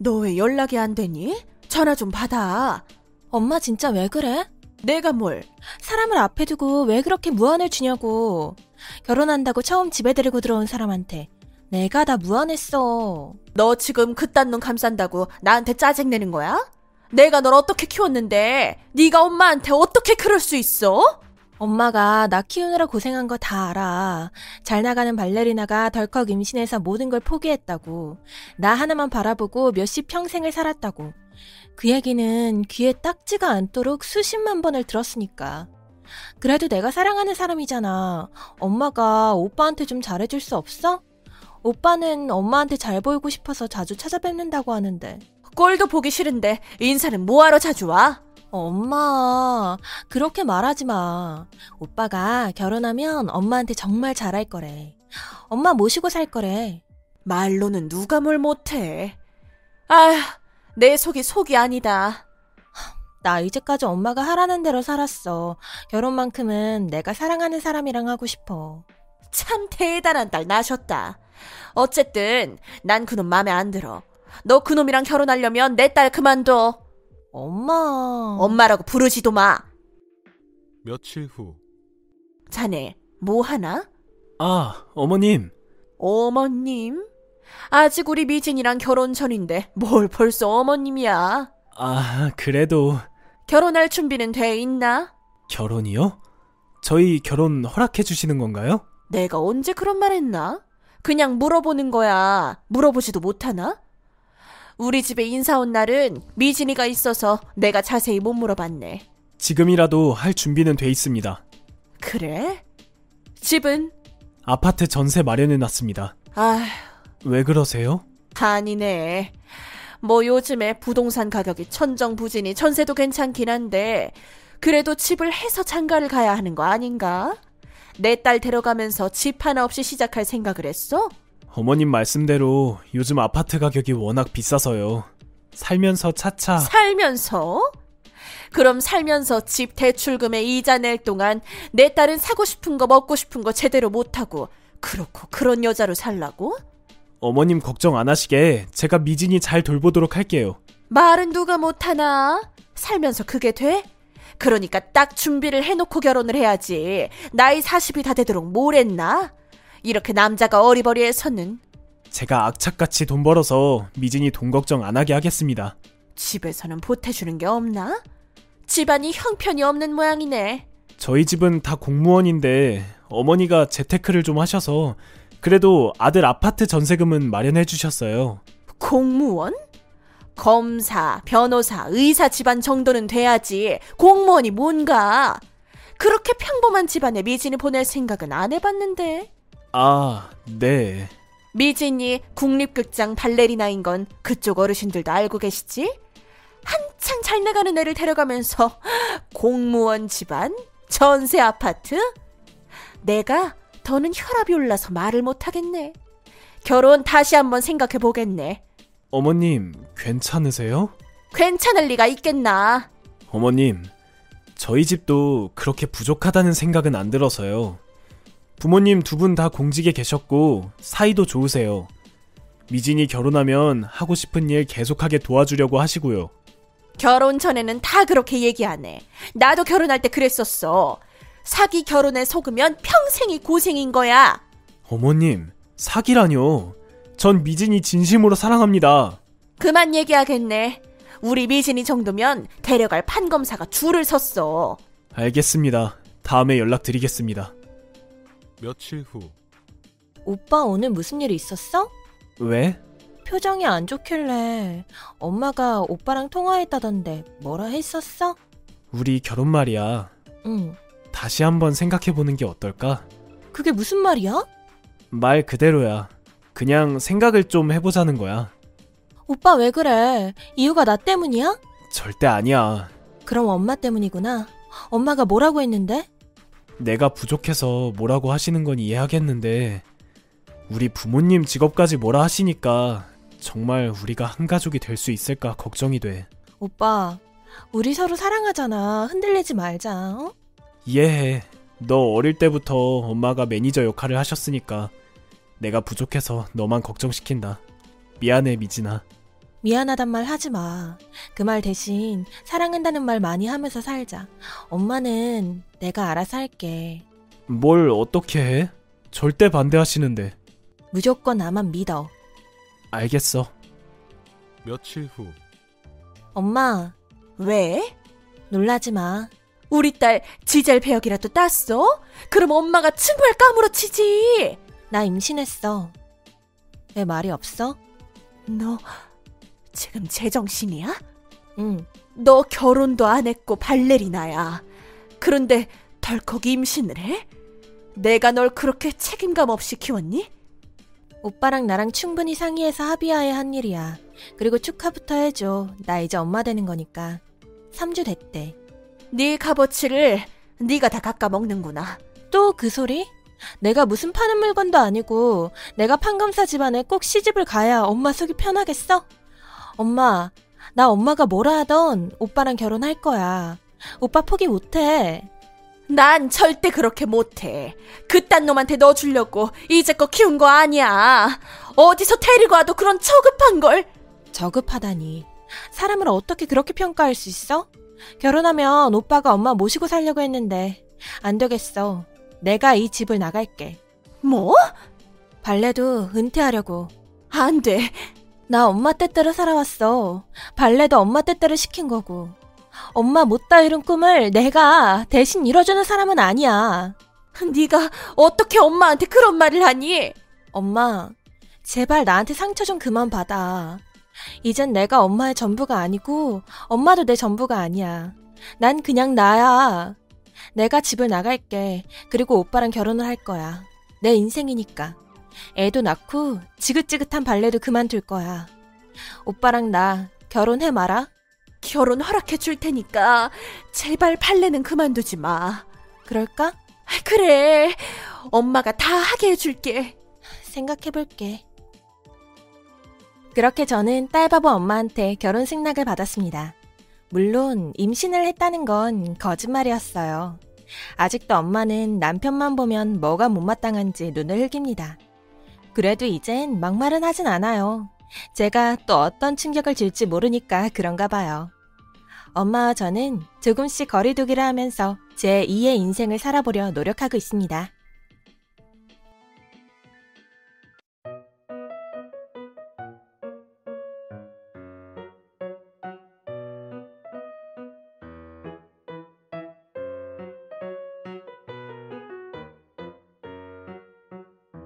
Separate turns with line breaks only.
너 왜 연락이 안 되니? 전화 좀 받아.
엄마 진짜 왜 그래?
내가 뭘?
사람을 앞에 두고 왜 그렇게 무안을 주냐고. 결혼한다고 처음 집에 데리고 들어온 사람한테 내가 다 무안했어.
너 지금 그딴 눈 감싼다고 나한테 짜증 내는 거야? 내가 널 어떻게 키웠는데 네가 엄마한테 어떻게 그럴 수 있어?
엄마가 나 키우느라 고생한 거 다 알아. 잘 나가는 발레리나가 덜컥 임신해서 모든 걸 포기했다고. 나 하나만 바라보고 몇십 평생을 살았다고. 그 얘기는 귀에 딱지가 않도록 수십만 번을 들었으니까. 그래도 내가 사랑하는 사람이잖아. 엄마가 오빠한테 좀 잘해줄 수 없어? 오빠는 엄마한테 잘 보이고 싶어서 자주 찾아뵙는다고 하는데.
꼴도 보기 싫은데 인사는 뭐하러 자주 와?
어, 엄마, 그렇게 말하지 마. 오빠가 결혼하면 엄마한테 정말 잘할 거래. 엄마 모시고 살 거래.
말로는 누가 뭘 못해. 아휴, 내 속이 속이 아니다.
나 이제까지 엄마가 하라는 대로 살았어. 결혼만큼은 내가 사랑하는 사람이랑 하고 싶어.
참 대단한 딸 나셨다. 어쨌든 난 그놈 마음에 안 들어. 너 그놈이랑 결혼하려면 내 딸 그만둬.
엄마.
엄마라고 부르지도 마.
며칠 후.
자네 뭐 하나?
아, 어머님.
어머님? 아직 우리 미진이랑 결혼 전인데 뭘 벌써 어머님이야.
아, 그래도
결혼할 준비는 돼 있나?
결혼이요? 저희 결혼 허락해 주시는 건가요?
내가 언제 그런 말 했나? 그냥 물어보는 거야. 물어보지도 못하나? 우리 집에 인사 온 날은 미진이가 있어서 내가 자세히 못 물어봤네.
지금이라도 할 준비는 돼 있습니다.
그래? 집은?
아파트 전세 마련해 놨습니다.
아,
왜 그러세요?
아니네. 뭐 요즘에 부동산 가격이 천정부진이 전세도 괜찮긴 한데 그래도 집을 해서 장가를 가야 하는 거 아닌가? 내 딸 데려가면서 집 하나 없이 시작할 생각을 했어?
어머님 말씀대로 요즘 아파트 가격이 워낙 비싸서요. 살면서 차차
아. 살면서? 그럼 살면서 집 대출금에 이자 낼 동안 내 딸은 사고 싶은 거 먹고 싶은 거 제대로 못하고 그렇고 그런 여자로 살라고?
어머님 걱정 안 하시게 제가 미진이 잘 돌보도록 할게요.
말은 누가 못하나? 살면서 그게 돼? 그러니까 딱 준비를 해놓고 결혼을 해야지. 나이 40이 다 되도록 뭘 했나? 이렇게 남자가 어리버리해서는
제가 악착같이 돈 벌어서 미진이 돈 걱정 안 하게 하겠습니다.
집에서는 보태주는 게 없나? 집안이 형편이 없는 모양이네.
저희 집은 다 공무원인데 어머니가 재테크를 좀 하셔서 그래도 아들 아파트 전세금은 마련해 주셨어요.
공무원? 검사, 변호사, 의사 집안 정도는 돼야지. 공무원이 뭔가. 그렇게 평범한 집안에 미진이 보낼 생각은 안 해봤는데.
아, 네.
미진이 국립극장 발레리나인 건 그쪽 어르신들도 알고 계시지? 한창 잘 나가는 애를 데려가면서 공무원 집안, 전세 아파트? 내가 더는 혈압이 올라서 말을 못하겠네. 결혼 다시 한번 생각해 보겠네.
어머님, 괜찮으세요?
괜찮을 리가 있겠나?
어머님, 저희 집도 그렇게 부족하다는 생각은 안 들어서요. 부모님 두 분 다 공직에 계셨고 사이도 좋으세요. 미진이 결혼하면 하고 싶은 일 계속하게 도와주려고 하시고요.
결혼 전에는 다 그렇게 얘기하네. 나도 결혼할 때 그랬었어. 사기 결혼에 속으면 평생이 고생인 거야.
어머님, 사기라뇨. 전 미진이 진심으로 사랑합니다.
그만 얘기하겠네. 우리 미진이 정도면 데려갈 판검사가 줄을 섰어.
알겠습니다. 다음에 연락드리겠습니다.
며칠 후.
오빠 오늘 무슨 일 있었어?
왜?
표정이 안 좋길래 엄마가 오빠랑 통화했다던데 뭐라 했었어?
우리 결혼 말이야.
응.
다시 한번 생각해보는 게 어떨까?
그게 무슨 말이야?
말 그대로야. 그냥 생각을 좀 해보자는 거야.
오빠 왜 그래? 이유가 나 때문이야?
절대 아니야.
그럼 엄마 때문이구나. 엄마가 뭐라고 했는데?
내가 부족해서 뭐라고 하시는 건 이해하겠는데, 우리 부모님 직업까지 뭐라 하시니까, 정말 우리가 한 가족이 될 수 있을까 걱정이 돼.
오빠, 우리 서로 사랑하잖아. 흔들리지 말자. 어?
이해해. 너 어릴 때부터 엄마가 매니저 역할을 하셨으니까 내가 부족해서 너만 걱정시킨다. 미안해, 미진아.
미안하단 말 하지 마. 그 말 대신 사랑한다는 말 많이 하면서 살자. 엄마는 내가 알아서 할게.
뭘 어떻게 해? 절대 반대하시는데.
무조건 나만 믿어.
알겠어.
며칠 후,
엄마,
왜?
놀라지 마.
우리 딸 지젤 배역이라도 땄어? 그럼 엄마가 친구를 까무러치지.
나 임신했어. 왜 말이 없어?
너 지금 제정신이야?
응.
너 결혼도 안 했고 발레리나야. 그런데 덜컥 임신을 해? 내가 널 그렇게 책임감 없이 키웠니?
오빠랑 나랑 충분히 상의해서 합의하에 한 일이야. 그리고 축하부터 해줘. 나 이제 엄마 되는 거니까. 3주 됐대.
네 값어치를 네가 다 깎아먹는구나.
또 그 소리? 내가 무슨 파는 물건도 아니고 내가 판검사 집안에 꼭 시집을 가야 엄마 속이 편하겠어? 엄마, 나 엄마가 뭐라 하던 오빠랑 결혼할 거야. 오빠 포기 못해.
난 절대 그렇게 못해. 그딴 놈한테 너 주려고 이제껏 키운 거 아니야. 어디서 데리고 와도 그런 저급한 걸.
저급하다니. 사람을 어떻게 그렇게 평가할 수 있어? 결혼하면 오빠가 엄마 모시고 살려고 했는데 안 되겠어. 내가 이 집을 나갈게.
뭐?
발레도 은퇴하려고.
안 돼.
나 엄마 때때로 살아왔어. 발레도 엄마 때때로 시킨 거고. 엄마 못다 이룬 꿈을 내가 대신 이뤄주는 사람은 아니야.
네가 어떻게 엄마한테 그런 말을 하니?
엄마, 제발 나한테 상처 좀 그만 받아. 이젠 내가 엄마의 전부가 아니고, 엄마도 내 전부가 아니야. 난 그냥 나야. 내가 집을 나갈게. 그리고 오빠랑 결혼을 할 거야. 내 인생이니까. 애도 낳고, 지긋지긋한 발레도 그만둘 거야. 오빠랑 나, 결혼해 마라.
결혼 허락해 줄 테니까 제발 팔레는 그만두지 마.
그럴까?
그래. 엄마가 다 하게 해줄게.
생각해볼게. 그렇게 저는 딸바보 엄마한테 결혼 승낙을 받았습니다. 물론 임신을 했다는 건 거짓말이었어요. 아직도 엄마는 남편만 보면 뭐가 못마땅한지 눈을 흘깁니다. 그래도 이젠 막말은 하진 않아요. 제가 또 어떤 충격을 줄지 모르니까 그런가 봐요. 엄마와 저는 조금씩 거리두기를 하면서 제 2의 인생을 살아보려 노력하고 있습니다.